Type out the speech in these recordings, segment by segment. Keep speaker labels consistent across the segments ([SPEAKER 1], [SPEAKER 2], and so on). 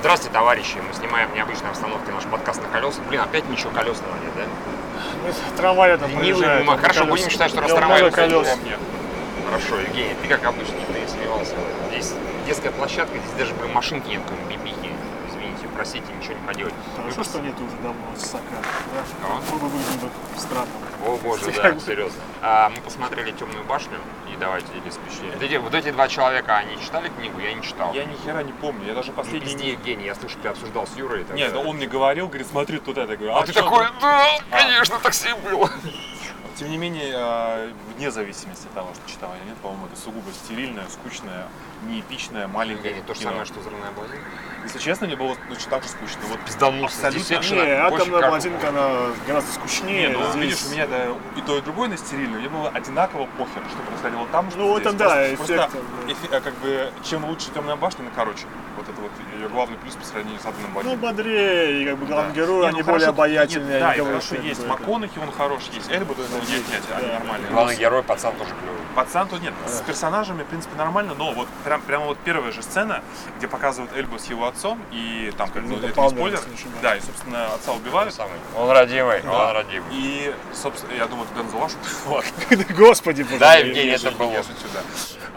[SPEAKER 1] Здравствуйте, товарищи. Мы снимаем в необычной обстановке наш подкаст на колесах. Блин, опять ничего колесного нет, да?
[SPEAKER 2] Ну, Трамвай это
[SPEAKER 1] Ленивый
[SPEAKER 2] проезжает.
[SPEAKER 1] ума. Хорошо,
[SPEAKER 2] Колеса.
[SPEAKER 1] будем считать, что раз
[SPEAKER 2] Я
[SPEAKER 1] трамвай
[SPEAKER 2] много
[SPEAKER 1] проехал,
[SPEAKER 2] колес.
[SPEAKER 1] мне. Хорошо, Евгений, ты как обычно, ты сливался. Здесь детская площадка, здесь даже, блин, машинки нет, кроме бибихи. Извините, простите, ничего не поделать.
[SPEAKER 2] Хорошо, что нету уже давно Сака.
[SPEAKER 1] Кого?
[SPEAKER 2] Да? Было бы немного странно.
[SPEAKER 1] О боже,
[SPEAKER 2] Как
[SPEAKER 1] да,
[SPEAKER 2] бы.
[SPEAKER 1] серьезно. А, мы посмотрели «Темную башню» и давайте делись впечатлением. Вот эти, вот эти два человека, они читали книгу? Я не читал.
[SPEAKER 3] Я ни хера не помню, я даже
[SPEAKER 1] Не
[SPEAKER 3] последний...
[SPEAKER 1] пизди, Евгений, я слышу, ты обсуждал с Юрой. тогда.
[SPEAKER 3] Нет, ну, он мне говорил, говорит, смотри туда, я говорю, а,
[SPEAKER 1] А ты
[SPEAKER 3] чё
[SPEAKER 1] такой,
[SPEAKER 3] там?»
[SPEAKER 1] да, конечно, так все и было.
[SPEAKER 3] Тем не менее, а, вне зависимости от того, что читал или нет, по-моему, это сугубо стерильное, скучное, неэпичное, маленькое
[SPEAKER 1] Евгений, то же
[SPEAKER 3] кино.
[SPEAKER 1] самое, что «Взрывная блондинка».
[SPEAKER 3] Если честно, мне было ну, чё, так же скучно. Вот
[SPEAKER 1] Пизданулся,
[SPEAKER 3] Абсолютно.
[SPEAKER 1] десятшина.
[SPEAKER 2] Не, атомная
[SPEAKER 1] Больше
[SPEAKER 2] блондинка,
[SPEAKER 1] как-
[SPEAKER 2] она гораздо скучнее.
[SPEAKER 3] Не, ну,
[SPEAKER 2] Здесь-
[SPEAKER 3] видишь, у меня да, и то, и другое на стерильную, мне было одинаково похер, что происходило там, что
[SPEAKER 2] Ну, вот
[SPEAKER 3] здесь.
[SPEAKER 2] он, да,
[SPEAKER 3] Просто-
[SPEAKER 2] эффект,
[SPEAKER 3] просто
[SPEAKER 2] да.
[SPEAKER 3] эфи- а, как бы, чем лучше темная башня, ну, короче, вот это вот ее главный плюс по сравнению с атомным
[SPEAKER 2] Ну,
[SPEAKER 3] башней.
[SPEAKER 2] бодрее, и как бы главный
[SPEAKER 3] Да.
[SPEAKER 2] герой,
[SPEAKER 3] Не, ну,
[SPEAKER 2] они
[SPEAKER 3] хорошо,
[SPEAKER 2] более
[SPEAKER 3] нет,
[SPEAKER 2] обаятельные.
[SPEAKER 3] Да,
[SPEAKER 2] они
[SPEAKER 3] и
[SPEAKER 2] говорят,
[SPEAKER 3] хорошо
[SPEAKER 2] как бы
[SPEAKER 3] есть.
[SPEAKER 2] это-
[SPEAKER 3] МакКонахи, он хорош, есть. Эльба, то есть
[SPEAKER 2] Да,
[SPEAKER 3] не
[SPEAKER 2] есть,
[SPEAKER 3] снять,
[SPEAKER 2] да.
[SPEAKER 3] они нормальные.
[SPEAKER 1] Главный герой, пацан тоже клевый.
[SPEAKER 3] Пацан тут нет. С персонажами, в принципе, нормально, но вот прям, прямо вот первая же сцена, где показывают Эльбу с его отцом, и там, как бы,
[SPEAKER 2] Ну,
[SPEAKER 3] это не
[SPEAKER 2] Палмер,
[SPEAKER 3] спойлер,
[SPEAKER 2] если не ошибаюсь.
[SPEAKER 3] да, и, собственно, отца
[SPEAKER 1] Он
[SPEAKER 3] убивают.
[SPEAKER 1] самый. Он родимый,
[SPEAKER 3] Да.
[SPEAKER 1] он родимый.
[SPEAKER 3] И, собственно, я думаю, ты назвала, что
[SPEAKER 2] Господи, боже
[SPEAKER 1] Да,
[SPEAKER 2] мой.
[SPEAKER 1] Евгений, это было.
[SPEAKER 3] Я шучу, да.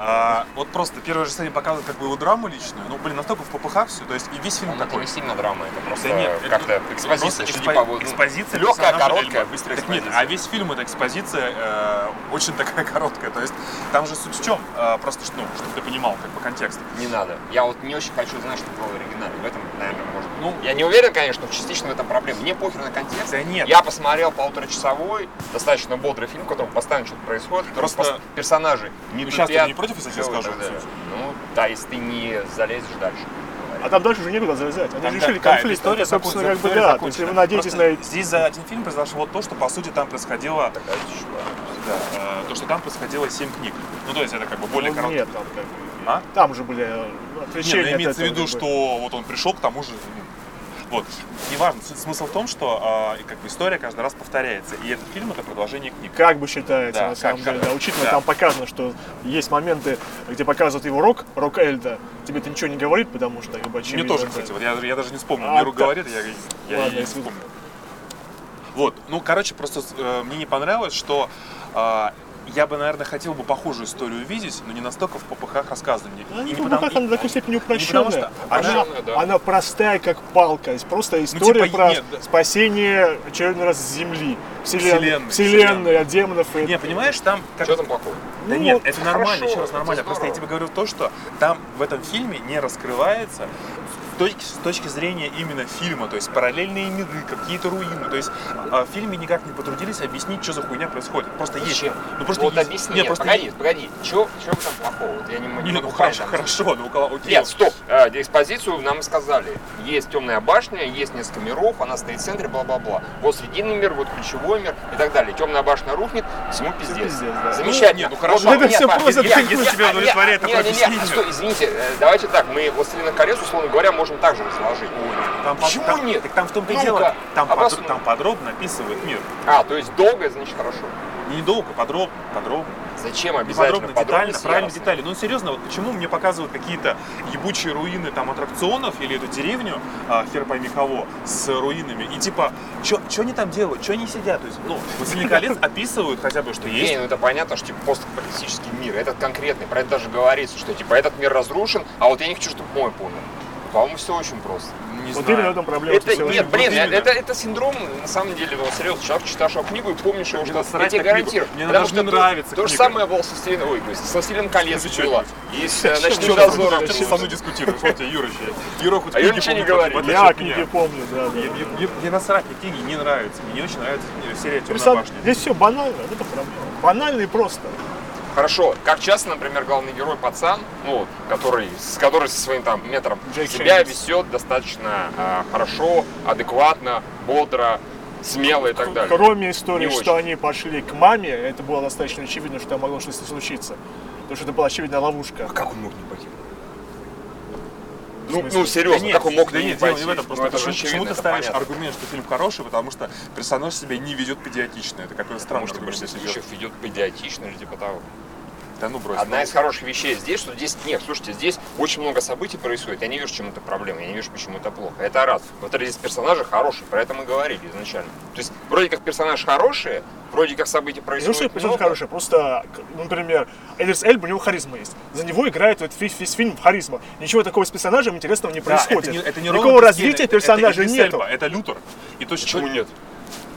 [SPEAKER 3] А, вот просто первая же сцена показывает как бы его драму личную. Ну, блин, настолько в попыхах все. То есть и весь фильм
[SPEAKER 1] Он это
[SPEAKER 3] такой.
[SPEAKER 1] не сильно драма, это просто
[SPEAKER 3] Да нет, это
[SPEAKER 1] как-то
[SPEAKER 3] просто
[SPEAKER 1] экспозиция. что
[SPEAKER 3] экспо-
[SPEAKER 1] типа, вот, ну,
[SPEAKER 3] экспозиция
[SPEAKER 1] Легкая,
[SPEAKER 3] персонажа
[SPEAKER 1] короткая,
[SPEAKER 3] Эльмы.
[SPEAKER 1] быстрая
[SPEAKER 3] Так нет,
[SPEAKER 1] экспозиция.
[SPEAKER 3] а весь фильм это экспозиция э, очень такая короткая. То есть там же суть в чем? Э, просто, что, ну, чтобы ты понимал как бы контекст.
[SPEAKER 1] Не надо. Я вот не очень хочу знать, что было в оригинале. В этом, наверное, может быть.
[SPEAKER 3] Ну,
[SPEAKER 1] Я не уверен, конечно, но частично в этом проблема. Мне похер на контекст.
[SPEAKER 3] Да нет.
[SPEAKER 1] Я посмотрел полуторачасовой, достаточно бодрый фильм, в котором постоянно что-то происходит, в котором
[SPEAKER 3] Просто-
[SPEAKER 1] пос- персонажи не
[SPEAKER 3] Ну, щас ты
[SPEAKER 1] тупят.
[SPEAKER 3] не против, если я
[SPEAKER 1] Всё
[SPEAKER 3] скажу
[SPEAKER 1] вот это.
[SPEAKER 3] всё?
[SPEAKER 1] Ну, да, если ты не залезешь дальше.
[SPEAKER 2] А там дальше уже некуда залезать. Они
[SPEAKER 3] Там,
[SPEAKER 2] решили
[SPEAKER 3] да, да,
[SPEAKER 2] конфликт.
[SPEAKER 3] история
[SPEAKER 2] собственно,
[SPEAKER 3] закончена,
[SPEAKER 2] как бы
[SPEAKER 3] история
[SPEAKER 2] да. То есть,
[SPEAKER 3] закончена.
[SPEAKER 2] если вы надеетесь на
[SPEAKER 3] Просто
[SPEAKER 2] эти...
[SPEAKER 3] Здесь за один фильм произошло то, что, по сути, там происходило...
[SPEAKER 1] Тогда это ещё ладно.
[SPEAKER 3] Да, э, то, что там происходило 7 книг. Ну, то есть это как бы более
[SPEAKER 2] Ну,
[SPEAKER 3] короткий.
[SPEAKER 2] Нет, там как бы...
[SPEAKER 3] А?
[SPEAKER 2] Там же были э,
[SPEAKER 3] Не, ну,
[SPEAKER 2] отвлечения от
[SPEAKER 3] имеется в
[SPEAKER 2] этого,
[SPEAKER 3] виду,
[SPEAKER 2] как бы.
[SPEAKER 3] что вот он пришел к тому же. ну, Вот. Неважно, С- смысл в том, что э, и как бы история каждый раз повторяется. И этот фильм это продолжение книг.
[SPEAKER 2] как бы считается
[SPEAKER 3] Да,
[SPEAKER 2] на
[SPEAKER 3] как-
[SPEAKER 2] самом деле,
[SPEAKER 3] как-
[SPEAKER 2] да, учитывая,
[SPEAKER 3] да.
[SPEAKER 2] там показано, что есть моменты, где показывают его рок, рок Эльда, тебе это ничего не говорит, потому что как бы
[SPEAKER 3] Мне
[SPEAKER 2] очевидно.
[SPEAKER 3] тоже,
[SPEAKER 2] да.
[SPEAKER 3] кстати, вот я, я даже не вспомнил.
[SPEAKER 2] А,
[SPEAKER 3] Миру
[SPEAKER 2] так.
[SPEAKER 3] говорит, я, я- я
[SPEAKER 2] Ладно,
[SPEAKER 3] и не
[SPEAKER 2] если вы-
[SPEAKER 3] вспомнил. Вот, ну, короче, просто э, мне не понравилось, что э, я бы, наверное, хотел бы похожую историю увидеть, но не настолько в попыхах рассказывания.
[SPEAKER 1] Ну,
[SPEAKER 2] Она
[SPEAKER 3] И
[SPEAKER 2] не
[SPEAKER 3] не
[SPEAKER 2] по
[SPEAKER 3] потому-
[SPEAKER 2] духам, она до
[SPEAKER 3] и-
[SPEAKER 2] такой степени
[SPEAKER 3] потому
[SPEAKER 2] упрощенная.
[SPEAKER 3] что-
[SPEAKER 2] Она,
[SPEAKER 1] Упрощенная, да.
[SPEAKER 2] она простая, как палка. Есть просто история
[SPEAKER 3] типа,
[SPEAKER 2] про
[SPEAKER 3] нет, да.
[SPEAKER 2] спасение очередной раз с Земли, вселен- вселенной,
[SPEAKER 3] Вселенной, вселенной.
[SPEAKER 2] от демонов. и-
[SPEAKER 3] Не, понимаешь, там... как-
[SPEAKER 1] Что там плохого?
[SPEAKER 3] Да
[SPEAKER 2] Ну,
[SPEAKER 3] нет, это нормально,
[SPEAKER 1] хорошо,
[SPEAKER 3] еще раз
[SPEAKER 1] это
[SPEAKER 3] нормально. Просто я
[SPEAKER 1] здорово.
[SPEAKER 3] тебе говорю то, что там в этом фильме не раскрывается с точки, с точки зрения именно фильма, то есть параллельные миры, какие-то руины. То есть а, в фильме никак не потрудились объяснить, что за хуйня происходит. Просто
[SPEAKER 1] Зачем?
[SPEAKER 3] есть. Ну просто
[SPEAKER 1] вот
[SPEAKER 3] есть.
[SPEAKER 1] объясни.
[SPEAKER 3] Нет,
[SPEAKER 1] Нет,
[SPEAKER 3] просто
[SPEAKER 1] погоди,
[SPEAKER 3] есть.
[SPEAKER 1] погоди. Чего, чего там плохого? Вот я не могу.
[SPEAKER 3] Не, ну хорошо, хорошо, ну у кого- окей.
[SPEAKER 1] Нет, стоп. Э, Экспозицию нам сказали. Есть темная башня, есть несколько миров, она стоит в центре, бла-бла-бла. Вот срединный мир, вот ключевой мир и так далее. Темная башня рухнет, всему пиздец.
[SPEAKER 2] пиздец, да.
[SPEAKER 1] Замечательно.
[SPEAKER 3] Ну, нет, ну хорошо.
[SPEAKER 1] Вот,
[SPEAKER 2] Это всё
[SPEAKER 1] Паш,
[SPEAKER 2] просто
[SPEAKER 1] нет,
[SPEAKER 2] так
[SPEAKER 1] нет,
[SPEAKER 3] мысли тебя
[SPEAKER 1] нет,
[SPEAKER 3] удовлетворяет
[SPEAKER 1] нет,
[SPEAKER 3] такое
[SPEAKER 1] нет, нет,
[SPEAKER 3] объяснение.
[SPEAKER 1] что, извините, э, давайте так, мы «Властелина колец», условно говоря, можем также разложить.
[SPEAKER 3] Ой, нет, там,
[SPEAKER 1] Почему
[SPEAKER 3] там-
[SPEAKER 1] нет?
[SPEAKER 3] Так там в том-то и
[SPEAKER 1] Ну-ка,
[SPEAKER 3] дело, А там, под-
[SPEAKER 1] обоснуй.
[SPEAKER 3] там подробно описывают мир.
[SPEAKER 1] А, то есть долго, значит, хорошо.
[SPEAKER 3] Недолго, подробно, подробно.
[SPEAKER 1] Зачем
[SPEAKER 3] Не
[SPEAKER 1] обязательно?
[SPEAKER 3] подробно, детально,
[SPEAKER 1] подробности
[SPEAKER 3] правильно
[SPEAKER 1] яростные?
[SPEAKER 3] детали. Ну серьезно, вот почему мне показывают какие-то ебучие руины там аттракционов или эту деревню, а, хер пойми кого, с руинами. И типа, что они там делают, что они сидят? То есть, ну, «Властелин колец» описывают хотя бы, что
[SPEAKER 1] Не,
[SPEAKER 3] есть.
[SPEAKER 1] ну это понятно, что типа постапокалиптический мир, этот конкретный, про это даже говорится, что типа этот мир разрушен, а вот я не хочу, чтобы мой помер. По-моему, все очень просто.
[SPEAKER 3] Не
[SPEAKER 2] Вот
[SPEAKER 3] знаю.
[SPEAKER 2] именно в этом проблема.
[SPEAKER 1] Это,
[SPEAKER 2] что
[SPEAKER 1] нет,
[SPEAKER 2] всё-
[SPEAKER 1] блин,
[SPEAKER 3] вот именно.
[SPEAKER 1] это, это синдром, на самом деле, вот, серьезно, человек читаешь его книгу и помнишь его,
[SPEAKER 3] Мне
[SPEAKER 1] что я
[SPEAKER 3] насрать
[SPEAKER 1] тебе
[SPEAKER 3] на книгу.
[SPEAKER 1] гарантирую.
[SPEAKER 3] Мне она
[SPEAKER 1] потому
[SPEAKER 3] даже не
[SPEAKER 1] что
[SPEAKER 3] нравится
[SPEAKER 1] То, то же
[SPEAKER 3] книга.
[SPEAKER 1] самое было со Вселенной, ой, то есть со Вселенной колец
[SPEAKER 3] Скажи
[SPEAKER 1] было, и с э, Ночным
[SPEAKER 3] Чё ты со
[SPEAKER 1] дозором.
[SPEAKER 3] мной- чё ты со мной дискутируешь? Вот тебе Юра еще. Юра хоть
[SPEAKER 1] А я
[SPEAKER 3] книги
[SPEAKER 1] ничего не
[SPEAKER 3] помнит, вот
[SPEAKER 1] говорю.
[SPEAKER 3] в отличие
[SPEAKER 2] Я
[SPEAKER 3] от меня.
[SPEAKER 2] книги помню, да, да.
[SPEAKER 3] Мне- мне- Мне мне насрать на книги не нравится. Мне не очень нравится э, серия «Темная
[SPEAKER 2] Персон-
[SPEAKER 3] башня».
[SPEAKER 2] Здесь все банально, вот это проблема. Банально и просто.
[SPEAKER 1] Хорошо, как часто, например, главный герой пацан, ну, вот, который, с который со своим там метром
[SPEAKER 2] Джейк
[SPEAKER 1] себя
[SPEAKER 2] Шелдон.
[SPEAKER 1] везет достаточно а, хорошо, адекватно, бодро, смело и так далее.
[SPEAKER 2] Кроме истории,
[SPEAKER 1] Не
[SPEAKER 2] что они пошли к маме, это было достаточно очевидно, что там могло что-то случиться. Потому что это была очевидная ловушка.
[SPEAKER 1] А Как он мог не пойти?
[SPEAKER 2] В
[SPEAKER 1] Ну,
[SPEAKER 2] смысле?
[SPEAKER 1] ну серьезно,
[SPEAKER 3] Да нет,
[SPEAKER 1] как он мог
[SPEAKER 3] да
[SPEAKER 1] не
[SPEAKER 3] нет, дело
[SPEAKER 1] пойти?
[SPEAKER 3] не в этом.
[SPEAKER 1] ну,
[SPEAKER 3] Просто
[SPEAKER 1] это же
[SPEAKER 3] почему, почему
[SPEAKER 1] очевидно,
[SPEAKER 3] ты
[SPEAKER 1] это
[SPEAKER 3] ставишь
[SPEAKER 1] понятно.
[SPEAKER 3] аргумент, что фильм хороший, потому что персонаж себя не ведет педиатично. Это какой-то странный
[SPEAKER 1] Потому что в
[SPEAKER 3] аргумент.
[SPEAKER 1] большинстве
[SPEAKER 3] если честно.
[SPEAKER 1] случаев идет педиатично или типа того.
[SPEAKER 3] Да ну брось.
[SPEAKER 1] Одна
[SPEAKER 3] ну.
[SPEAKER 1] из хороших вещей здесь, что здесь нет, слушайте, здесь очень много событий происходит. Я не вижу, чем это проблема, я не вижу, почему это плохо. Это раз. Во-вторых, здесь персонажи хорошие, про это мы говорили изначально. То есть вроде как персонажи хорошие, вроде как события
[SPEAKER 2] Не то,
[SPEAKER 1] происходят.
[SPEAKER 2] что эпизод
[SPEAKER 1] много.
[SPEAKER 2] хороший, просто, к- ну, например, Эдрис Эльба, у него харизма есть. За него играет вот весь, весь фильм харизма. Ничего такого с персонажем интересного не
[SPEAKER 3] Да, это
[SPEAKER 2] происходит.
[SPEAKER 3] не- это не
[SPEAKER 2] Никакого
[SPEAKER 3] Роланд Пескель,
[SPEAKER 2] развития
[SPEAKER 3] это- это
[SPEAKER 2] персонажа
[SPEAKER 3] Идрис
[SPEAKER 2] нету.
[SPEAKER 3] Эльба, Это Лютер. И то,
[SPEAKER 1] Почему
[SPEAKER 3] что
[SPEAKER 1] нет?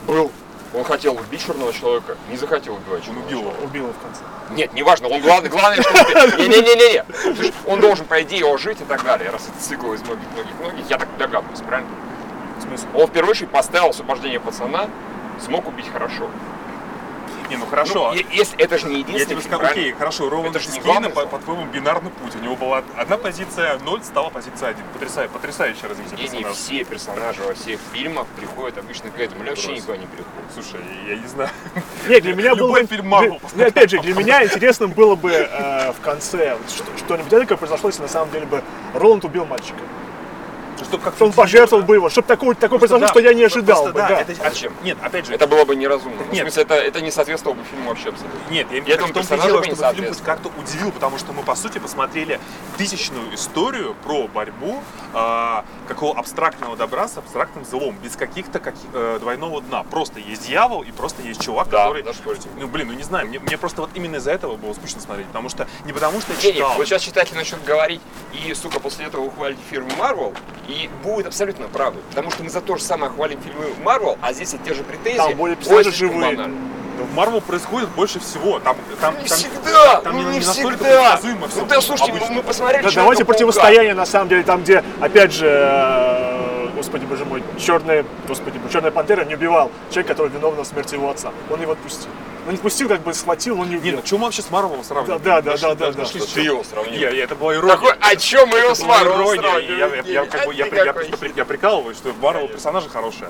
[SPEAKER 2] Был,
[SPEAKER 1] Он хотел убить черного человека, не захотел убивать
[SPEAKER 3] он
[SPEAKER 1] черного
[SPEAKER 3] убил его.
[SPEAKER 1] человека.
[SPEAKER 2] убил его в конце.
[SPEAKER 1] Нет, неважно, он главный, главное, что он- Не-не-не-не. Слушай, Он должен, по идее, его жить и так далее, раз это цикл из многих-многих-многих. Я так догадываюсь, правильно?
[SPEAKER 2] В смысле?
[SPEAKER 1] Он в первую очередь поставил освобождение пацана, смог убить хорошо.
[SPEAKER 3] Не, ну
[SPEAKER 1] Ну,
[SPEAKER 3] хорошо.
[SPEAKER 1] е- если, это же не единственный
[SPEAKER 3] Я тебе
[SPEAKER 1] фильм,
[SPEAKER 3] скажу,
[SPEAKER 1] правильно?
[SPEAKER 3] окей, хорошо, Роланд
[SPEAKER 1] Это ж не
[SPEAKER 3] Пескейна,
[SPEAKER 1] главный
[SPEAKER 3] по,
[SPEAKER 1] зал.
[SPEAKER 3] по твоему бинарный путь. У него была одна позиция 0, стала позиция 1. Потрясающе, потрясающее развитие
[SPEAKER 1] Гений,
[SPEAKER 3] персонажа.
[SPEAKER 1] все персонажи во всех фильмах приходят обычно к этому. Или вообще
[SPEAKER 3] Брось.
[SPEAKER 1] никуда не приходит.
[SPEAKER 3] Слушай, я не знаю.
[SPEAKER 2] Нет, для меня
[SPEAKER 3] Любой
[SPEAKER 2] был...
[SPEAKER 3] фильм Марвел.
[SPEAKER 2] для- ну, опять же, для меня интересным было бы э, в конце вот что- что-нибудь такое произошло, если на самом деле бы Роланд убил мальчика.
[SPEAKER 3] Чтобы как
[SPEAKER 2] Что он пожертвовал бы его, чтобы такое, такое произошло, что я не ожидал бы. да.
[SPEAKER 3] это- а чем? Нет, опять же,
[SPEAKER 1] Это было бы неразумно. Ну, В
[SPEAKER 3] Нет.
[SPEAKER 1] смысле, это, это не соответствовало бы фильму вообще абсолютно.
[SPEAKER 3] Нет, я,
[SPEAKER 1] Я
[SPEAKER 3] в
[SPEAKER 1] думаю,
[SPEAKER 3] том
[SPEAKER 1] персонажу
[SPEAKER 3] дело,
[SPEAKER 1] бы не
[SPEAKER 3] чтобы фильм хоть
[SPEAKER 1] соответствует.
[SPEAKER 3] как-то удивил, потому что мы, по сути, посмотрели тысячную историю про борьбу э, какого абстрактного добра с абстрактным злом, без каких-то как- э, двойного дна. Просто есть дьявол и просто есть чувак,
[SPEAKER 1] Да,
[SPEAKER 3] который...
[SPEAKER 1] да, что ли.
[SPEAKER 3] Ну, блин, ну не знаю, мне, мне просто вот именно из-за этого было скучно смотреть, потому что... Не потому что я
[SPEAKER 1] Гений,
[SPEAKER 3] читал...
[SPEAKER 1] вот сейчас читатель начнет говорить, и, сука, после этого хвалить фильмы Marvel, и будет абсолютно правда. Потому что мы за то же самое хвалим фильмы Marvel, а здесь и те же претензии.
[SPEAKER 2] Там более
[SPEAKER 1] Ой,
[SPEAKER 2] персонажи
[SPEAKER 1] слишком
[SPEAKER 2] живые.
[SPEAKER 1] банально.
[SPEAKER 3] Да Ну, В Марвел происходит больше всего. Там, там,
[SPEAKER 1] Ну, не
[SPEAKER 3] там-
[SPEAKER 1] всегда,
[SPEAKER 3] там
[SPEAKER 1] ну не,
[SPEAKER 3] настолько
[SPEAKER 1] всегда.
[SPEAKER 3] предсказуемо всё
[SPEAKER 1] Ну да, слушайте, мы-
[SPEAKER 3] обычно.
[SPEAKER 1] мы посмотрели
[SPEAKER 2] Да,
[SPEAKER 1] «Человека-паука».
[SPEAKER 2] давайте противостояние, на самом деле, там, где, опять же, э, господи боже мой, черная, господи, черная пантера не убивал человека, который виновен в смерти его отца. Он его отпустил. Ну, не отпустил, как бы схватил, но не
[SPEAKER 3] Не,
[SPEAKER 2] убил.
[SPEAKER 3] ну что мы вообще с Марвелом сравниваем?
[SPEAKER 2] Да, да, да,
[SPEAKER 3] Нашли-
[SPEAKER 2] да, да.
[SPEAKER 3] нашли с
[SPEAKER 1] Что ты
[SPEAKER 3] чем.
[SPEAKER 1] его сравнил?
[SPEAKER 3] Я, я- это была ирония.
[SPEAKER 1] Такой, а чем мы его с
[SPEAKER 3] Это была
[SPEAKER 1] Marvel
[SPEAKER 3] ирония,
[SPEAKER 1] сравниваем?
[SPEAKER 3] Я, я- я как бы- я
[SPEAKER 1] Гений,
[SPEAKER 3] при- я
[SPEAKER 1] а ты
[SPEAKER 3] при-
[SPEAKER 1] какой?
[SPEAKER 3] я прикалываюсь, что в Марвел
[SPEAKER 1] Конечно.
[SPEAKER 3] персонажи хорошие.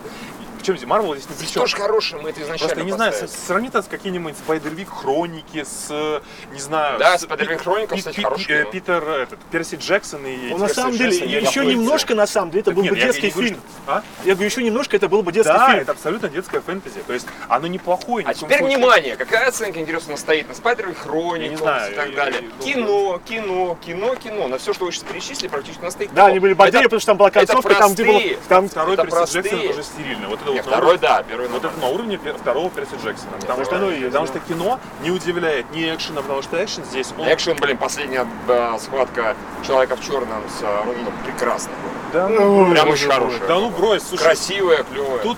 [SPEAKER 3] В чем здесь? Марвел здесь не при
[SPEAKER 1] Здесь
[SPEAKER 3] чем.
[SPEAKER 1] тоже хорошие, мы это изначально
[SPEAKER 3] Просто, не знаю,
[SPEAKER 1] поставили.
[SPEAKER 3] с- сравни это с какими-нибудь Спайдервик Хроники, с, не знаю...
[SPEAKER 1] Да,
[SPEAKER 3] с
[SPEAKER 1] Spider-Man
[SPEAKER 3] Пит-
[SPEAKER 1] Хроника,
[SPEAKER 3] Пит-
[SPEAKER 1] кстати,
[SPEAKER 3] Пит-
[SPEAKER 1] хороший
[SPEAKER 3] э,
[SPEAKER 1] фильм.
[SPEAKER 3] Питер, этот, Перси Джексон и...
[SPEAKER 2] Он, Ну, на
[SPEAKER 3] Перси
[SPEAKER 2] самом деле,
[SPEAKER 3] Джексон, я ну, не
[SPEAKER 2] еще
[SPEAKER 3] знаю.
[SPEAKER 2] немножко, на самом деле, это
[SPEAKER 3] Так
[SPEAKER 2] был
[SPEAKER 3] нет,
[SPEAKER 2] бы
[SPEAKER 3] я- я
[SPEAKER 2] детский
[SPEAKER 3] не говорю,
[SPEAKER 2] фильм.
[SPEAKER 3] что- А?
[SPEAKER 2] Я говорю, еще немножко, это был бы детский
[SPEAKER 3] Да,
[SPEAKER 2] фильм.
[SPEAKER 3] это абсолютно детское фэнтези. То есть оно неплохое. ни
[SPEAKER 1] А
[SPEAKER 3] в коем
[SPEAKER 1] теперь
[SPEAKER 3] случае.
[SPEAKER 1] внимание, какая оценка, интересно, стоит на Спайдеры
[SPEAKER 3] Я не
[SPEAKER 1] Хроник
[SPEAKER 3] знаю,
[SPEAKER 1] и так
[SPEAKER 3] я-
[SPEAKER 1] далее.
[SPEAKER 3] я- я-
[SPEAKER 1] кино, кино, кино, кино. На все, что вы сейчас перечислили, практически у нас стоит.
[SPEAKER 2] Да,
[SPEAKER 1] кино.
[SPEAKER 3] ну,
[SPEAKER 2] они были бодрее,
[SPEAKER 1] Это-
[SPEAKER 2] потому что там была
[SPEAKER 1] это
[SPEAKER 2] концовка, там где было...
[SPEAKER 1] простые.
[SPEAKER 2] Там...
[SPEAKER 3] Второй
[SPEAKER 1] Это
[SPEAKER 3] Перси
[SPEAKER 1] простые.
[SPEAKER 3] Джексон это уже стерильно. Вот это
[SPEAKER 1] Не,
[SPEAKER 3] вот на
[SPEAKER 1] второй,
[SPEAKER 3] уровне-
[SPEAKER 1] да, первый
[SPEAKER 3] Вот
[SPEAKER 1] номер.
[SPEAKER 3] Ну, это на уровне пе- второго Перси Джексона. Потому,
[SPEAKER 1] второй
[SPEAKER 3] что, ну,
[SPEAKER 2] оно и есть,
[SPEAKER 3] потому
[SPEAKER 2] да.
[SPEAKER 3] что кино не удивляет ни экшена, потому что экшен здесь... Он...
[SPEAKER 1] Экшен, блин, последняя да, схватка человека в черном с э, Роном прекрасно.
[SPEAKER 3] Да, ну,
[SPEAKER 2] Ой,
[SPEAKER 1] Прям
[SPEAKER 2] боже
[SPEAKER 1] очень
[SPEAKER 2] мой.
[SPEAKER 1] хорошая.
[SPEAKER 3] да ну брось, слушай.
[SPEAKER 1] Красивая, клевая.
[SPEAKER 3] Тут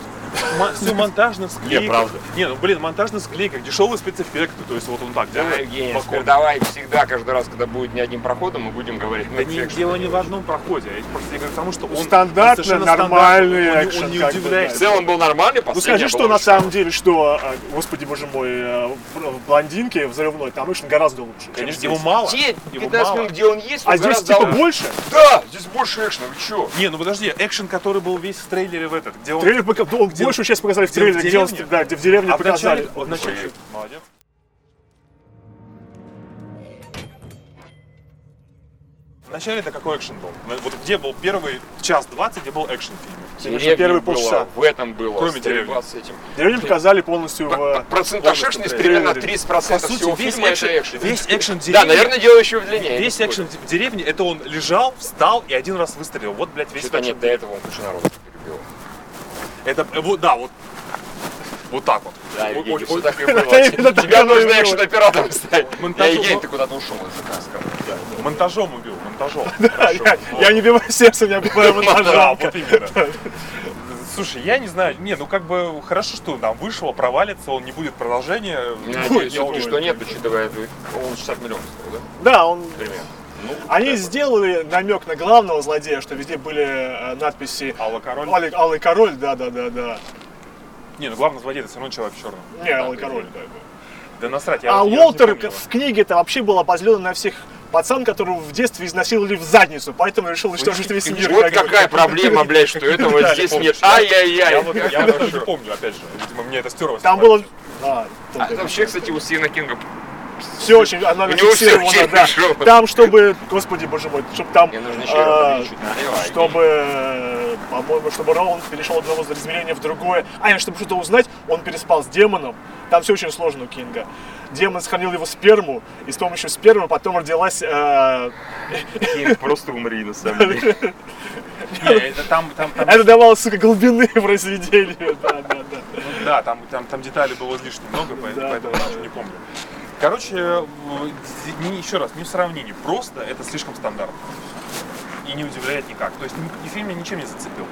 [SPEAKER 3] все монтажных склеек.
[SPEAKER 1] правда.
[SPEAKER 3] Не, ну блин, монтажных склейках, дешевые спецэффекты. То есть вот он так
[SPEAKER 1] да,
[SPEAKER 3] делает.
[SPEAKER 1] Евгений,
[SPEAKER 3] боком.
[SPEAKER 1] теперь давай всегда, каждый раз, когда будет не одним проходом, мы будем говорить. ну,
[SPEAKER 3] Да
[SPEAKER 1] это
[SPEAKER 3] не,
[SPEAKER 1] экшен.
[SPEAKER 3] дело не в одном проходе. Я просто говорю к тому, что он
[SPEAKER 2] Стандартно,
[SPEAKER 3] он совершенно
[SPEAKER 2] нормальный
[SPEAKER 3] стандартный, он не-
[SPEAKER 2] экшен,
[SPEAKER 3] Он не
[SPEAKER 2] как бы,
[SPEAKER 1] В
[SPEAKER 3] удивляет.
[SPEAKER 1] целом был нормальный, последний
[SPEAKER 2] Ну скажи, что на самом деле, что, а, господи боже мой, э, в блондинке взрывной, там экшен гораздо лучше. чем
[SPEAKER 3] Конечно,
[SPEAKER 2] здесь.
[SPEAKER 3] его мало.
[SPEAKER 1] Те
[SPEAKER 3] его
[SPEAKER 1] 15
[SPEAKER 3] мало.
[SPEAKER 1] минут, где он есть, он
[SPEAKER 2] А здесь
[SPEAKER 1] гораздо
[SPEAKER 2] типа
[SPEAKER 1] лучше.
[SPEAKER 2] больше?
[SPEAKER 1] Да, здесь больше экшена, вы чё?
[SPEAKER 3] Не, ну подожди, экшен, который был весь в трейлере в этот, где он
[SPEAKER 2] Трейлер пока, он
[SPEAKER 3] Где-
[SPEAKER 2] большую часть показали в
[SPEAKER 3] где в
[SPEAKER 2] трейлере, где, он,
[SPEAKER 3] деревне?
[SPEAKER 2] да, где в деревне показали.
[SPEAKER 3] вначале- А в начале-
[SPEAKER 1] Блин.
[SPEAKER 3] Молодец. Вначале это какой экшен был? Ну, Вот где был первый час 20, где был экшен в фильме?
[SPEAKER 2] Потому что
[SPEAKER 1] Деревня
[SPEAKER 2] первые
[SPEAKER 1] было,
[SPEAKER 2] полчаса.
[SPEAKER 1] В этом было.
[SPEAKER 3] Кроме
[SPEAKER 1] стрельба с этим.
[SPEAKER 2] Деревню показали полностью в...
[SPEAKER 1] Процент
[SPEAKER 3] полностью
[SPEAKER 1] ошибочности
[SPEAKER 3] трейлер.
[SPEAKER 1] примерно 30% всего фильма это экшен.
[SPEAKER 3] весь экшен
[SPEAKER 1] Да,
[SPEAKER 3] деревни-
[SPEAKER 1] наверное, дело еще длиннее.
[SPEAKER 3] Весь экшен в деревне, это он лежал, встал и один раз выстрелил. Вот, блядь, весь
[SPEAKER 1] Что-то
[SPEAKER 3] экшен.
[SPEAKER 1] нет, до этого он кучу народу перебил.
[SPEAKER 3] Это, э, вот, да, вот. Вот так вот.
[SPEAKER 1] Да,
[SPEAKER 3] Ой,
[SPEAKER 1] Евгений,
[SPEAKER 3] ой,
[SPEAKER 1] все
[SPEAKER 3] ой.
[SPEAKER 1] так и было.
[SPEAKER 2] Именно так
[SPEAKER 1] Тебя
[SPEAKER 2] оно и
[SPEAKER 1] нужно
[SPEAKER 2] было.
[SPEAKER 1] экшен-оператором стать. Я,
[SPEAKER 3] Монтажу-
[SPEAKER 1] Евгений, ты куда-то ушел из экрана, скажу.
[SPEAKER 3] Монтажом убил, монтажом.
[SPEAKER 2] Я, э, я не биваю сердце, меня биваю
[SPEAKER 3] Да,
[SPEAKER 2] монтажа.
[SPEAKER 3] вот именно. Слушай, я не знаю, не, ну как бы хорошо, что там вышло, провалится, он не будет продолжения.
[SPEAKER 1] Я
[SPEAKER 3] Ну,
[SPEAKER 1] надеюсь,
[SPEAKER 3] я
[SPEAKER 1] всё-таки,
[SPEAKER 3] уверен.
[SPEAKER 1] что нет, учитывая, это- он 60 миллионов стоил, да?
[SPEAKER 2] Да, он...
[SPEAKER 1] Примерно. Ну,
[SPEAKER 2] Они
[SPEAKER 1] да.
[SPEAKER 2] сделали намек на главного злодея, что везде были э, надписи
[SPEAKER 3] Алла Король.
[SPEAKER 2] «Алый, Алый король», да-да-да-да.
[SPEAKER 3] Не, ну главный злодей это все равно человек в черном.
[SPEAKER 2] Не, Алый король, как бы.
[SPEAKER 3] Да насрать, я
[SPEAKER 2] А
[SPEAKER 3] я
[SPEAKER 2] Уолтер
[SPEAKER 3] не помню его.
[SPEAKER 2] в книге-то вообще был обозлен на всех пацан, которого в детстве изнасиловали в задницу, поэтому решил уничтожить весь мир.
[SPEAKER 1] Вот
[SPEAKER 2] как бы.
[SPEAKER 1] какая проблема, блядь, что этого
[SPEAKER 3] детали
[SPEAKER 1] здесь
[SPEAKER 3] помнишь,
[SPEAKER 1] нет.
[SPEAKER 3] да?
[SPEAKER 1] Ай-яй-яй.
[SPEAKER 3] Я вот я
[SPEAKER 1] Хорошо.
[SPEAKER 3] даже не помню, опять же. Видимо, мне это стерлось.
[SPEAKER 2] Там было... А, там
[SPEAKER 1] А
[SPEAKER 2] как бы-
[SPEAKER 1] Вообще, кстати, у Стивена Кинга
[SPEAKER 2] Все очень она
[SPEAKER 1] У него всё
[SPEAKER 2] зафиксирована,
[SPEAKER 1] очень
[SPEAKER 2] да.
[SPEAKER 1] хорошо.
[SPEAKER 2] Там, чтобы, господи боже мой, чтобы там,
[SPEAKER 1] Мне нужно еще
[SPEAKER 2] а,
[SPEAKER 1] раз чуть налево.
[SPEAKER 2] чтобы э, э, по-моему, чтобы Роланд перешел от одного измерения в другое. А, и чтобы что-то узнать, он переспал с демоном. Там все очень сложно у Кинга. Демон сохранил его сперму, и с помощью спермы потом родилась... э,
[SPEAKER 4] Кинг, просто умри, на самом деле.
[SPEAKER 3] Не, это там, там, там,
[SPEAKER 2] это давало, сука, глубины в произведению. Да, да, да.
[SPEAKER 3] ну да, там, там, там деталей было излишне много, поэтому,
[SPEAKER 2] Да.
[SPEAKER 3] поэтому я ничего не помню. Короче, э, не- еще раз, не в сравнении, просто это слишком стандартно. И не удивляет никак. То есть ни, ни фильм меня ничем не зацепил.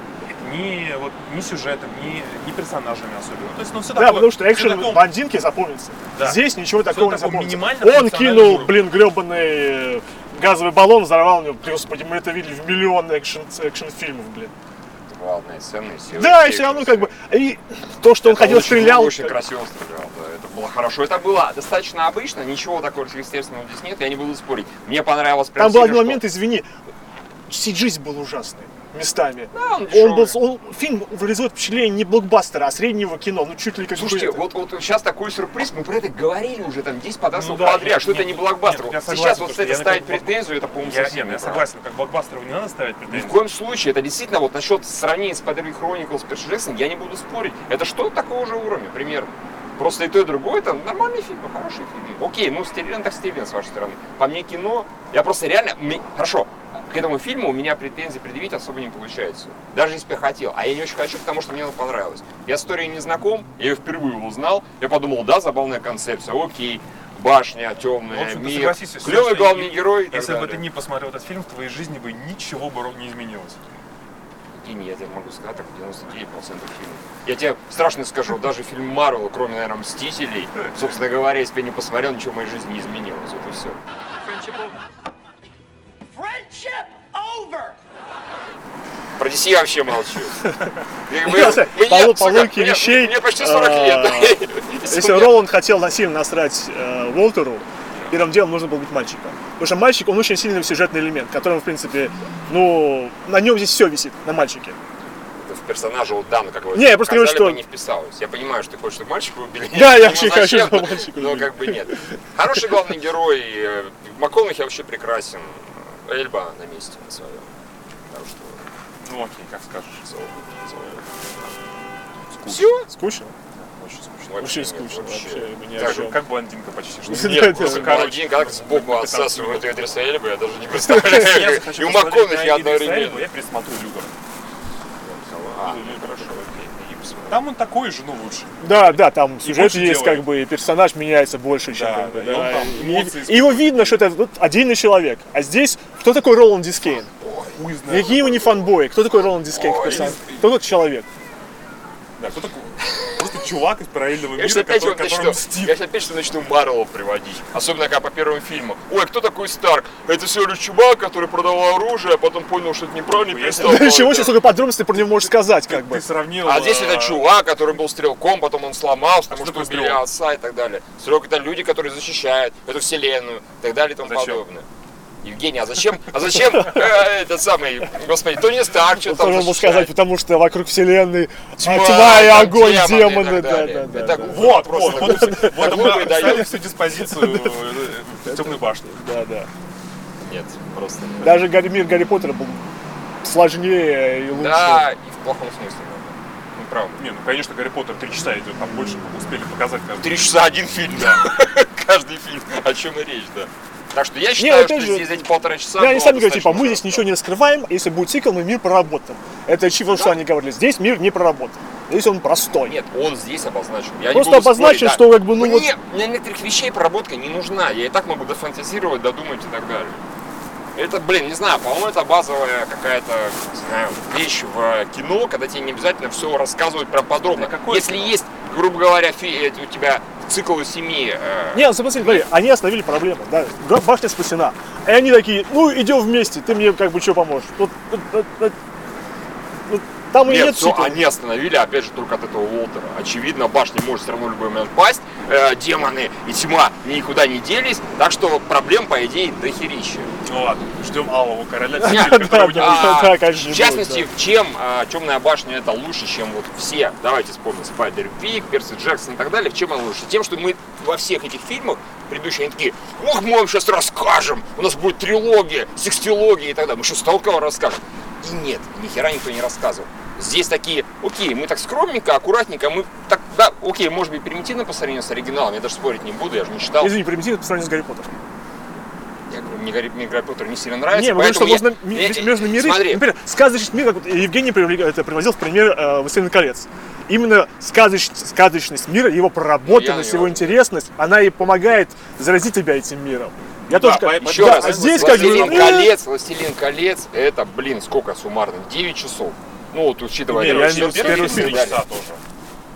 [SPEAKER 3] Ни, вот, ни сюжетом, ни, ни персонажами особенно. То есть, ну, все
[SPEAKER 2] Да,
[SPEAKER 3] такое,
[SPEAKER 2] потому что
[SPEAKER 3] всё
[SPEAKER 2] экшен
[SPEAKER 3] такое-
[SPEAKER 2] блондинки запомнится.
[SPEAKER 3] Да.
[SPEAKER 2] Здесь ничего такого не
[SPEAKER 3] такого
[SPEAKER 2] запомнится.
[SPEAKER 3] минимально
[SPEAKER 2] Он кинул,
[SPEAKER 3] функционального
[SPEAKER 2] блин, гребаный газовый баллон, взорвал него. Господи, мы это видели в миллион экшен, фильмов, блин.
[SPEAKER 1] Главное, ценные силы.
[SPEAKER 2] Да, и все равно как бы. И то, что он
[SPEAKER 1] Это
[SPEAKER 2] ходил,
[SPEAKER 1] очень-
[SPEAKER 2] стрелял.
[SPEAKER 1] Очень красиво стрелял, да, это было хорошо. Это было достаточно обычно, ничего такого сверхъестественного здесь нет, я не буду спорить. Мне понравилось прям
[SPEAKER 2] Там был
[SPEAKER 1] сильно,
[SPEAKER 2] один
[SPEAKER 1] что-
[SPEAKER 2] момент, извини, CG был ужасный местами.
[SPEAKER 1] Да, он
[SPEAKER 2] он был,
[SPEAKER 1] дешёвый.
[SPEAKER 2] он, фильм вызывает впечатление не блокбастера, а среднего кино, ну чуть ли как
[SPEAKER 1] Слушайте,
[SPEAKER 2] бы это.
[SPEAKER 1] вот, вот сейчас такой сюрприз, мы про это говорили уже там 10 подряд
[SPEAKER 3] Ну да,
[SPEAKER 1] подряд, что
[SPEAKER 3] нет,
[SPEAKER 1] это не
[SPEAKER 3] нет,
[SPEAKER 1] блокбастер.
[SPEAKER 3] нет, я
[SPEAKER 1] сейчас
[SPEAKER 3] согласен,
[SPEAKER 1] вот
[SPEAKER 3] потому что
[SPEAKER 1] это
[SPEAKER 3] я
[SPEAKER 1] ставить
[SPEAKER 3] на этом-
[SPEAKER 1] претензию, это, по-моему,
[SPEAKER 3] Я, нет,
[SPEAKER 1] совсем
[SPEAKER 3] я
[SPEAKER 1] неправильно.
[SPEAKER 3] согласен, как блокбастеру не надо ставить
[SPEAKER 1] Ни в
[SPEAKER 3] претензии.
[SPEAKER 1] коем случае, это действительно, вот насчет сравнения с Падре Chronicles с Перси Джексоном, я не буду спорить. Это что такого же уровня, примерно. Просто и то, и другое, это нормальные фильмы, хорошие фильмы. Окей, ну стерильно так стерильно с вашей стороны. По мне кино, я просто реально, мне- хорошо, к этому фильму у меня претензий предъявить особо не получается. Даже если бы я хотел. А я не очень хочу, потому что мне она понравилась. Я с историей не знаком, я ее впервые узнал. Я подумал, да, забавная концепция, окей. Башня,
[SPEAKER 3] Ну, В
[SPEAKER 1] темная,
[SPEAKER 3] общем, ты
[SPEAKER 1] мир,
[SPEAKER 3] согласись, если
[SPEAKER 1] клевый
[SPEAKER 3] что,
[SPEAKER 1] главный
[SPEAKER 3] и-
[SPEAKER 1] герой. и так
[SPEAKER 3] Если бы
[SPEAKER 1] далее.
[SPEAKER 3] ты не посмотрел этот фильм, в твоей жизни бы ничего бы не изменилось.
[SPEAKER 1] И нет, я могу сказать, так 99% фильмов. Я тебе страшно скажу, даже фильм Марвел, кроме, наверное, «Мстителей», собственно говоря, если бы я не посмотрел, ничего в моей жизни не изменилось. Вот и все.
[SPEAKER 5] Friendship over!
[SPEAKER 1] Про DC я вообще молчу. Я как бы-
[SPEAKER 2] Я знаю,
[SPEAKER 1] мне,
[SPEAKER 2] по лу- по
[SPEAKER 1] сука,
[SPEAKER 2] логике
[SPEAKER 1] мне-
[SPEAKER 2] вещей,
[SPEAKER 1] Мне почти 40
[SPEAKER 2] а,
[SPEAKER 1] лет.
[SPEAKER 2] Если Роланд хотел насильно насрать э, Уолтеру, первым делом нужно было быть мальчиком. Потому что мальчик, он очень сильный сюжетный элемент, которым, в принципе, ну, на нем здесь все висит, на мальчике.
[SPEAKER 1] В персонажа вот Дана какого-то.
[SPEAKER 2] Не, я просто говорю,
[SPEAKER 1] показали бы,
[SPEAKER 2] что-
[SPEAKER 1] не вписалось. Я понимаю, что ты хочешь, чтобы мальчика убили.
[SPEAKER 2] Да, я
[SPEAKER 1] Ну,
[SPEAKER 2] вообще хочу,
[SPEAKER 1] зачем?
[SPEAKER 2] чтобы мальчика
[SPEAKER 1] Но
[SPEAKER 2] убили.
[SPEAKER 1] как бы нет. Хороший главный герой. э, МакКонахи вообще прекрасен. Эльба на месте на своем. Так что...
[SPEAKER 3] Ну окей, как скажешь.
[SPEAKER 1] Все?
[SPEAKER 2] Скучно?
[SPEAKER 1] Очень скучно.
[SPEAKER 2] Вообще скучно, вообще, ни о
[SPEAKER 1] Так,
[SPEAKER 2] чём.
[SPEAKER 3] Как блондинка почти что.
[SPEAKER 2] Да,
[SPEAKER 1] Нет,
[SPEAKER 2] это-
[SPEAKER 1] просто
[SPEAKER 3] короче,
[SPEAKER 1] Бородин как сбоку отсасывают Эдриса Эльбы, я даже не представляю.
[SPEAKER 3] Я
[SPEAKER 1] И
[SPEAKER 3] хочу
[SPEAKER 1] у
[SPEAKER 3] посмотреть на
[SPEAKER 1] МакКонахи
[SPEAKER 3] Идриса Эльбу,
[SPEAKER 1] одновременно.
[SPEAKER 3] Я пересмотрю Люгар.
[SPEAKER 1] А,
[SPEAKER 3] Ну, хорошо, окей.
[SPEAKER 1] не посмотрел.
[SPEAKER 3] Там он такой же, но лучше.
[SPEAKER 2] Да, да, там сюжет
[SPEAKER 3] больше
[SPEAKER 2] есть,
[SPEAKER 3] делает.
[SPEAKER 2] как бы, и персонаж меняется больше, чем
[SPEAKER 3] Да,
[SPEAKER 2] как бы,
[SPEAKER 3] да, и он там
[SPEAKER 2] И-
[SPEAKER 3] эмоции
[SPEAKER 2] и его видно, что это ну, отдельный человек. А здесь, кто такой Роланд Дискейн?
[SPEAKER 3] Хуй знает.
[SPEAKER 2] Какие его не фанбои? Кто такой Роланд Дискейн? как
[SPEAKER 1] Ой.
[SPEAKER 2] персонаж? Кто тот человек?
[SPEAKER 3] Да, кто такой? Просто чувак из параллельного
[SPEAKER 1] Я сейчас
[SPEAKER 3] мира,
[SPEAKER 1] опять вот
[SPEAKER 3] который которому
[SPEAKER 1] начну, я
[SPEAKER 3] мстит.
[SPEAKER 1] сейчас опять что начну Марвел приводить, особенно когда по первому фильму. Ой, кто такой Старк? Это все лишь чувак, который продавал оружие, а потом понял, что это неправильно, и
[SPEAKER 3] Я
[SPEAKER 1] перестал.
[SPEAKER 2] Да
[SPEAKER 1] продавать
[SPEAKER 2] Чего сейчас только подробности про него можешь сказать, как бы?
[SPEAKER 3] Ты сравнил...
[SPEAKER 1] А здесь это
[SPEAKER 3] чувак.
[SPEAKER 1] чувак, который был стрелком, потом он сломался, потому
[SPEAKER 3] что
[SPEAKER 1] что
[SPEAKER 3] такое
[SPEAKER 1] убили
[SPEAKER 3] стрелок?
[SPEAKER 1] отца и так далее. Стрелок это люди, которые защищают эту вселенную и так далее и тому
[SPEAKER 3] Зачем?
[SPEAKER 1] подобное. Евгений, а зачем, а зачем э, этот самый, господи, Тони Старк что
[SPEAKER 2] Вот
[SPEAKER 1] там
[SPEAKER 2] Должен был сказать,
[SPEAKER 1] защищает?
[SPEAKER 2] потому что вокруг вселенной а, тьма,
[SPEAKER 1] Тьма,
[SPEAKER 2] и
[SPEAKER 1] там
[SPEAKER 2] огонь,
[SPEAKER 1] демоны и так
[SPEAKER 2] демоны, да,
[SPEAKER 1] далее.
[SPEAKER 2] да, да.
[SPEAKER 1] Это
[SPEAKER 2] да.
[SPEAKER 1] глупо
[SPEAKER 3] Вот,
[SPEAKER 1] просто.
[SPEAKER 3] вот, вот, вот мы
[SPEAKER 1] Глупый
[SPEAKER 3] описали
[SPEAKER 1] даёт.
[SPEAKER 3] всю диспозицию э, темной башни.
[SPEAKER 2] Да, да.
[SPEAKER 1] Нет, просто нет.
[SPEAKER 2] Даже Гарри, мир Гарри Поттера был сложнее и лучше.
[SPEAKER 1] Да, и в плохом смысле, наверное. Ну, правда.
[SPEAKER 3] Не, ну конечно, Гарри Поттер три часа идет, там больше успели показать. каждый.
[SPEAKER 1] Три часа один фильм, да. Каждый фильм, о чем и речь, да. Так что я считаю,
[SPEAKER 2] опять
[SPEAKER 1] что
[SPEAKER 2] же,
[SPEAKER 1] здесь эти полтора часа...
[SPEAKER 2] Да, они
[SPEAKER 1] было
[SPEAKER 2] сами говорят, типа,
[SPEAKER 1] достаточно
[SPEAKER 2] мы здесь
[SPEAKER 1] хорошо.
[SPEAKER 2] ничего не раскрываем, а если будет сиквел, мы мир проработаем. Это чего, что они говорили, здесь мир не проработан. Здесь он простой.
[SPEAKER 1] Нет, он здесь обозначен. Я не
[SPEAKER 2] Просто
[SPEAKER 1] буду
[SPEAKER 2] обозначен,
[SPEAKER 1] спорить, да.
[SPEAKER 2] что как бы, ну вот...
[SPEAKER 1] Мне для некоторых вещей проработка не нужна. Я и так могу дофантазировать, додумать и так далее. Это, блин, не знаю, по-моему, это базовая какая-то, не знаю, вещь в кино, когда тебе не обязательно все рассказывать прям подробно.
[SPEAKER 3] Да какой-
[SPEAKER 1] Если есть, грубо говоря, фи- э, у тебя цикл из семи... э,
[SPEAKER 2] Не, ну, смотри, смотри, они остановили проблему, да, га- башня спасена. И они такие, ну, идем вместе, ты мне как бы что поможешь. Вот, вот, вот, вот, вот там и
[SPEAKER 1] Нет,
[SPEAKER 2] нет
[SPEAKER 1] всё,
[SPEAKER 2] сиквела.
[SPEAKER 1] они остановили, опять же, только от этого Уолтера. Очевидно, башня может все равно в любой момент пасть. э, демоны и тьма никуда не делись. Так что проблем, по идее, дохерища.
[SPEAKER 3] Ну ладно, ждем Алого Короля,
[SPEAKER 1] Не,
[SPEAKER 3] теперь,
[SPEAKER 2] да,
[SPEAKER 3] которого не
[SPEAKER 2] да.
[SPEAKER 3] будет.
[SPEAKER 1] А,
[SPEAKER 2] так, конечно,
[SPEAKER 1] В
[SPEAKER 2] будет,
[SPEAKER 1] частности, чем Темная башня это лучше, чем вот все, давайте вспомним Спайдер Пик, Перси Джексон и так далее, чем она лучше? Тем, что мы во всех этих фильмах предыдущие они такие, ох, мы вам сейчас расскажем, у нас будет трилогия, секстилогия и так далее, мы сейчас толково расскажем. и нет, ни хера никто не рассказывал. Здесь такие, окей, мы так скромненько, аккуратненько, мы так, да, окей, может быть, примитивно по сравнению с оригиналом, я даже спорить не буду, я же не читал.
[SPEAKER 2] Извини, примитивно по сравнению с Гарри Поттером.
[SPEAKER 1] Я говорю, мне Гарри, мне Гарри Поттер не сильно нравится,
[SPEAKER 2] не, потому что
[SPEAKER 1] поэтому
[SPEAKER 2] можно
[SPEAKER 1] я-
[SPEAKER 2] ми-
[SPEAKER 1] я-
[SPEAKER 2] ведь между миры,
[SPEAKER 1] Смотри,
[SPEAKER 2] например, сказочный мир, как вот Евгений привлек- это, привозил в пример э, «Властелин колец». Именно сказоч- сказочность мира, его проработанность,
[SPEAKER 1] Я- я-
[SPEAKER 2] его интересность, она и помогает заразить тебя этим миром. Я
[SPEAKER 3] Да,
[SPEAKER 2] тоже как-
[SPEAKER 3] поэтому-
[SPEAKER 1] Еще
[SPEAKER 2] да,
[SPEAKER 1] раз,
[SPEAKER 2] а здесь как бы...
[SPEAKER 1] «Властелин
[SPEAKER 2] э,
[SPEAKER 1] колец», «Властелин колец», это, блин, сколько суммарно? 9 часов. Ну вот, учитывая...
[SPEAKER 2] Не,
[SPEAKER 1] первый
[SPEAKER 2] я имел
[SPEAKER 1] фильм,
[SPEAKER 2] в виду
[SPEAKER 1] первый
[SPEAKER 2] первый
[SPEAKER 1] фильм,
[SPEAKER 2] фильм,
[SPEAKER 1] да.
[SPEAKER 3] часа тоже.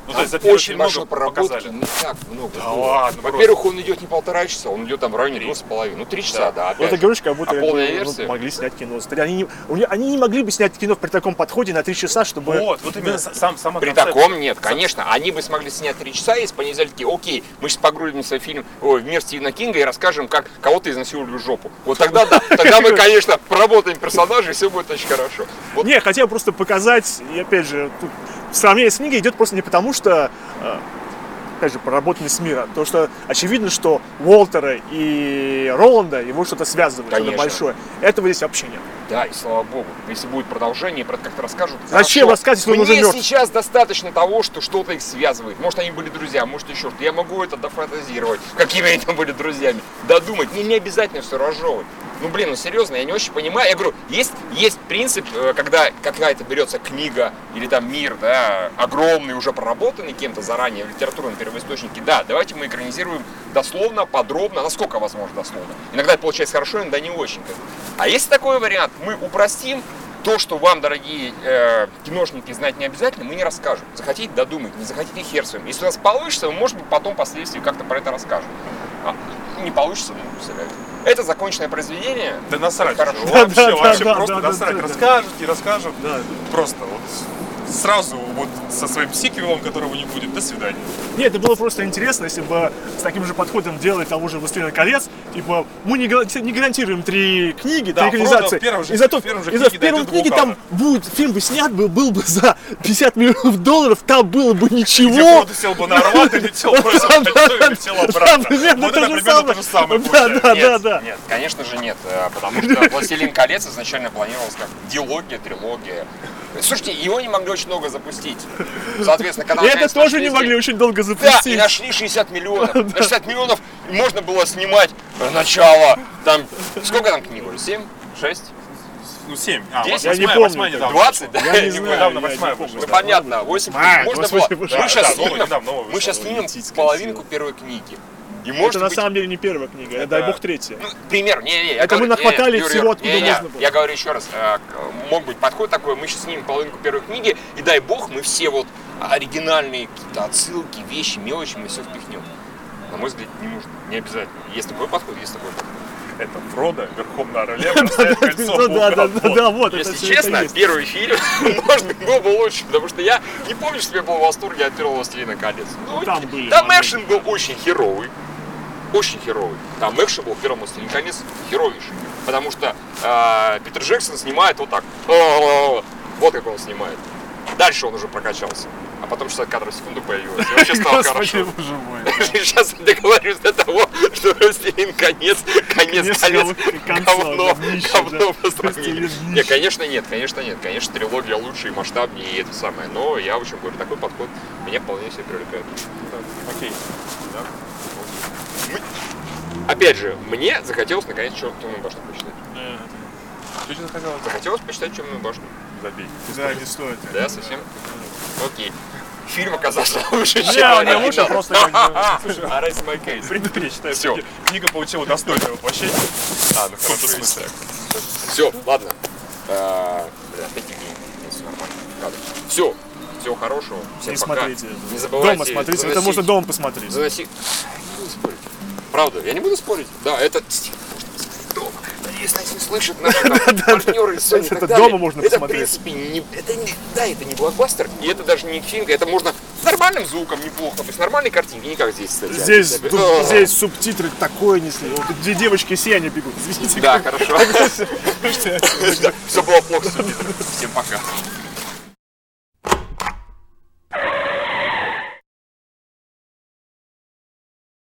[SPEAKER 3] Ну, то
[SPEAKER 1] Там
[SPEAKER 3] есть за первый
[SPEAKER 1] очень
[SPEAKER 3] фильм
[SPEAKER 1] много
[SPEAKER 3] много
[SPEAKER 1] проработки,
[SPEAKER 3] показали.
[SPEAKER 1] ну как много.
[SPEAKER 3] Да
[SPEAKER 1] было.
[SPEAKER 3] ладно,
[SPEAKER 1] Во-первых, он идет не полтора часа, он идет там в районе
[SPEAKER 3] Три.
[SPEAKER 1] двух с половиной, ну три часа, да.
[SPEAKER 2] Вот
[SPEAKER 1] опять
[SPEAKER 2] ты
[SPEAKER 1] же.
[SPEAKER 2] говоришь, как будто
[SPEAKER 1] А
[SPEAKER 2] они,
[SPEAKER 1] полная
[SPEAKER 2] ну,
[SPEAKER 1] версия?
[SPEAKER 2] могли снять кино. Смотри, Они не, у них- они не могли бы снять кино при таком подходе на три часа, чтобы...
[SPEAKER 3] Вот, вот именно с- сам, сама
[SPEAKER 1] При
[SPEAKER 3] концепция.
[SPEAKER 1] таком нет, конечно, они бы смогли снять три часа, если бы они взяли такие, окей, мы сейчас погрузимся в фильм ой, в мир Стивена Кинга и расскажем, как кого-то изнасиловали в жопу. Вот тогда да, тогда мы, конечно, проработаем персонажей, и все будет очень хорошо. Вот
[SPEAKER 2] Не, хотел просто показать, и опять же, тут сравнение с книгой идет просто не потому, что, э, опять же, проработанность мира, а то что очевидно, что Уолтера и Роланда его что-то связывает, что-то
[SPEAKER 1] Конечно.
[SPEAKER 2] большое. Этого здесь вообще нет.
[SPEAKER 1] Да, и слава богу, если будет продолжение, про это как-то расскажут. хорошо.
[SPEAKER 2] Зачем А рассказывать, если он
[SPEAKER 1] Мне
[SPEAKER 2] уже мертв?
[SPEAKER 1] сейчас достаточно того, что что-то их связывает. Может, они были друзья, может, еще что-то. Я могу это дофантазировать, какими они там были друзьями. Додумать, не, не обязательно все разжевывать. Ну, блин, ну серьезно, я не очень понимаю. Я говорю, есть, есть принцип, э, когда какая-то берется книга или там мир, да, огромный, уже проработанный кем-то заранее в литературном первоисточнике, да, давайте мы экранизируем дословно, подробно, насколько возможно дословно. Иногда это получается хорошо, иногда не очень. как бы. А если такой вариант, мы упростим, то, что вам, дорогие э, киношники, знать не обязательно, мы не расскажем. Захотите, додумайте, не захотите, хер с вами. Если у нас получится, мы, может быть, потом впоследствии как-то про это расскажем. А, не получится, ну, представляете. Это законченное произведение.
[SPEAKER 3] Да насрать.
[SPEAKER 1] Хорошо.
[SPEAKER 3] уже,
[SPEAKER 2] Да, да,
[SPEAKER 3] Вообще, вообще
[SPEAKER 2] да,
[SPEAKER 3] просто
[SPEAKER 2] да, да,
[SPEAKER 3] насрать.
[SPEAKER 2] да, да.
[SPEAKER 3] Расскажут, не расскажут. Просто вот сразу вот со своим сиквелом, которого не будет. До свидания.
[SPEAKER 2] Нет, это было просто интересно, если бы с таким же подходом делали того же «Властелина колец», типа, мы не, гаранти- не гарантируем три книги,
[SPEAKER 3] Да,
[SPEAKER 2] три
[SPEAKER 3] Фродо в
[SPEAKER 2] экранизации,
[SPEAKER 3] первом же-
[SPEAKER 2] и зато
[SPEAKER 3] в первом же
[SPEAKER 2] и за- в
[SPEAKER 3] книге
[SPEAKER 2] первом
[SPEAKER 3] дойдет до
[SPEAKER 2] книге там будет, фильм бы снят, был, был бы за 50 миллионов долларов, там было бы
[SPEAKER 3] Где
[SPEAKER 2] ничего.
[SPEAKER 3] Фродо Типа, сел бы на Арват и летел просто
[SPEAKER 2] Да,
[SPEAKER 3] в
[SPEAKER 2] да,
[SPEAKER 3] кольцо
[SPEAKER 2] да,
[SPEAKER 3] и летел
[SPEAKER 2] да,
[SPEAKER 3] обратно.
[SPEAKER 2] примерно
[SPEAKER 3] Вот
[SPEAKER 2] то же
[SPEAKER 3] это примерно то
[SPEAKER 2] самое.
[SPEAKER 3] же самое
[SPEAKER 2] Да,
[SPEAKER 3] получается.
[SPEAKER 2] да, да,
[SPEAKER 1] Нет,
[SPEAKER 2] да.
[SPEAKER 1] нет, конечно же нет, э, потому что «Властелин колец» изначально планировалось как дилогия, трилогия. Слушайте, его не могли очень много запустить. Соответственно, когда
[SPEAKER 2] И это
[SPEAKER 1] «Тайны
[SPEAKER 2] тоже не
[SPEAKER 1] Следствия»
[SPEAKER 2] могли очень долго
[SPEAKER 1] Да, и
[SPEAKER 2] запустить.
[SPEAKER 1] нашли 60 миллионов. На 60 миллионов можно было снимать э, начало. Там, сколько там книг уже? 7? 6?
[SPEAKER 3] Ну, 7. А,
[SPEAKER 1] Десять?
[SPEAKER 2] Я не
[SPEAKER 3] восьмая-
[SPEAKER 2] помню,
[SPEAKER 3] восьмая недавно.
[SPEAKER 1] 20? Да?
[SPEAKER 2] Я не
[SPEAKER 1] Не
[SPEAKER 2] знаю,
[SPEAKER 1] понимаю.
[SPEAKER 3] недавно
[SPEAKER 2] я не
[SPEAKER 3] восьмая
[SPEAKER 2] помню.
[SPEAKER 3] вышла.
[SPEAKER 1] Ну понятно, 8
[SPEAKER 2] А,
[SPEAKER 1] можно
[SPEAKER 2] восемь
[SPEAKER 1] было.
[SPEAKER 2] вышла.
[SPEAKER 1] Мы сейчас
[SPEAKER 3] Да, новая,
[SPEAKER 1] снимем,
[SPEAKER 3] недавно новая
[SPEAKER 1] мы сейчас
[SPEAKER 3] вышла,
[SPEAKER 1] снимем
[SPEAKER 2] идите,
[SPEAKER 1] половинку
[SPEAKER 2] красиво.
[SPEAKER 1] первой книги. И
[SPEAKER 2] Это
[SPEAKER 1] может
[SPEAKER 2] на
[SPEAKER 1] быть,
[SPEAKER 2] самом деле не первая книга, это, дай
[SPEAKER 3] Да.
[SPEAKER 2] бог третья.
[SPEAKER 1] ну, пример, не, не,
[SPEAKER 2] Это мы нахватали всего, откуда можно было.
[SPEAKER 1] Я говорю еще раз, э, к- мог быть подход такой, мы сейчас снимем половинку первой книги, и дай бог, мы все вот оригинальные какие-то отсылки, вещи, мелочи, мы все впихнем. На мой взгляд, не нужно, не обязательно. Есть такой подход, есть такой подход.
[SPEAKER 3] Это Фродо верхом на орле, бросает кольцо
[SPEAKER 2] Ну
[SPEAKER 3] в
[SPEAKER 2] да, да,
[SPEAKER 3] угол.
[SPEAKER 2] да, да, вот. это
[SPEAKER 1] Если
[SPEAKER 2] всё это
[SPEAKER 1] честно,
[SPEAKER 2] есть.
[SPEAKER 1] первый фильм, можно было бы лучше, потому что я не помню, что я был в восторге от первого «Властелина колец». Ну,
[SPEAKER 2] Там
[SPEAKER 1] окей.
[SPEAKER 2] были
[SPEAKER 1] там
[SPEAKER 2] моменты,
[SPEAKER 1] экшен был очень херовый. Очень херовый. Там экшен был в первом «Властелине колец» херовейший. Потому что э, Питер Джексон снимает вот так. Вот как он снимает. Дальше он уже прокачался. А потом 60 кадров в секунду появилось. И вообще стало хорошо.
[SPEAKER 3] боже мой.
[SPEAKER 1] Сейчас я договорюсь до того, что «Властелин конец», конец,
[SPEAKER 2] Конец
[SPEAKER 1] конец,
[SPEAKER 2] голов- конца,
[SPEAKER 1] говно,
[SPEAKER 2] да, днище,
[SPEAKER 1] говно
[SPEAKER 2] да.
[SPEAKER 1] по сравнению.
[SPEAKER 2] «Властелин»
[SPEAKER 1] Не, конечно нет, конечно нет, конечно трилогия лучше и масштабнее, и это самое, но я в общем говорю, такой подход меня вполне себе привлекает.
[SPEAKER 3] Окей.
[SPEAKER 1] Опять же, мне захотелось наконец «Темную башню» почитать.
[SPEAKER 3] Что тебе захотелось?
[SPEAKER 1] Захотелось почитать «Темную башню».
[SPEAKER 3] Забей.
[SPEAKER 2] Да, не стоит.
[SPEAKER 1] Да, совсем? Окей. Фильм оказался лучше, чем
[SPEAKER 3] Не, не,
[SPEAKER 1] оригинал.
[SPEAKER 3] лучше просто как бы, слушай,
[SPEAKER 1] I rest my case.
[SPEAKER 3] предыдущий, считай,
[SPEAKER 1] Всё.
[SPEAKER 3] кни- Книга получила достойное воплощение.
[SPEAKER 1] А, ну хорошо,
[SPEAKER 3] Супер.
[SPEAKER 1] если так. Все, ладно. А, Бля, опять не все нормально. Кадр. Все, всего хорошего. Всем
[SPEAKER 2] Не
[SPEAKER 1] пока.
[SPEAKER 2] смотрите.
[SPEAKER 1] Не забывайте.
[SPEAKER 2] Дома смотрите, это
[SPEAKER 1] заносить-
[SPEAKER 2] можно дома посмотреть.
[SPEAKER 1] Заноси. Не буду спорить. Правда, я не буду спорить. Да, это Стив, можно посмотреть дома. Надеюсь, нас не слышат наши там, партнеры из Sony и
[SPEAKER 2] Это
[SPEAKER 1] так далее.
[SPEAKER 2] дома можно
[SPEAKER 1] Это, в
[SPEAKER 2] посмотреть.
[SPEAKER 1] принципе, не, это не, да, это не блокбастер, и это даже не фильм, это можно с нормальным звуком неплохо, то есть с нормальной картинкой, не как здесь, кстати.
[SPEAKER 2] Здесь,
[SPEAKER 1] Опять-
[SPEAKER 2] ду-
[SPEAKER 1] Ugh.
[SPEAKER 2] здесь субтитры такое несли. Вот тут две девочки из сияния бегут. Извините.
[SPEAKER 1] Да, хорошо. Все было плохо с субтитрами. Всем пока.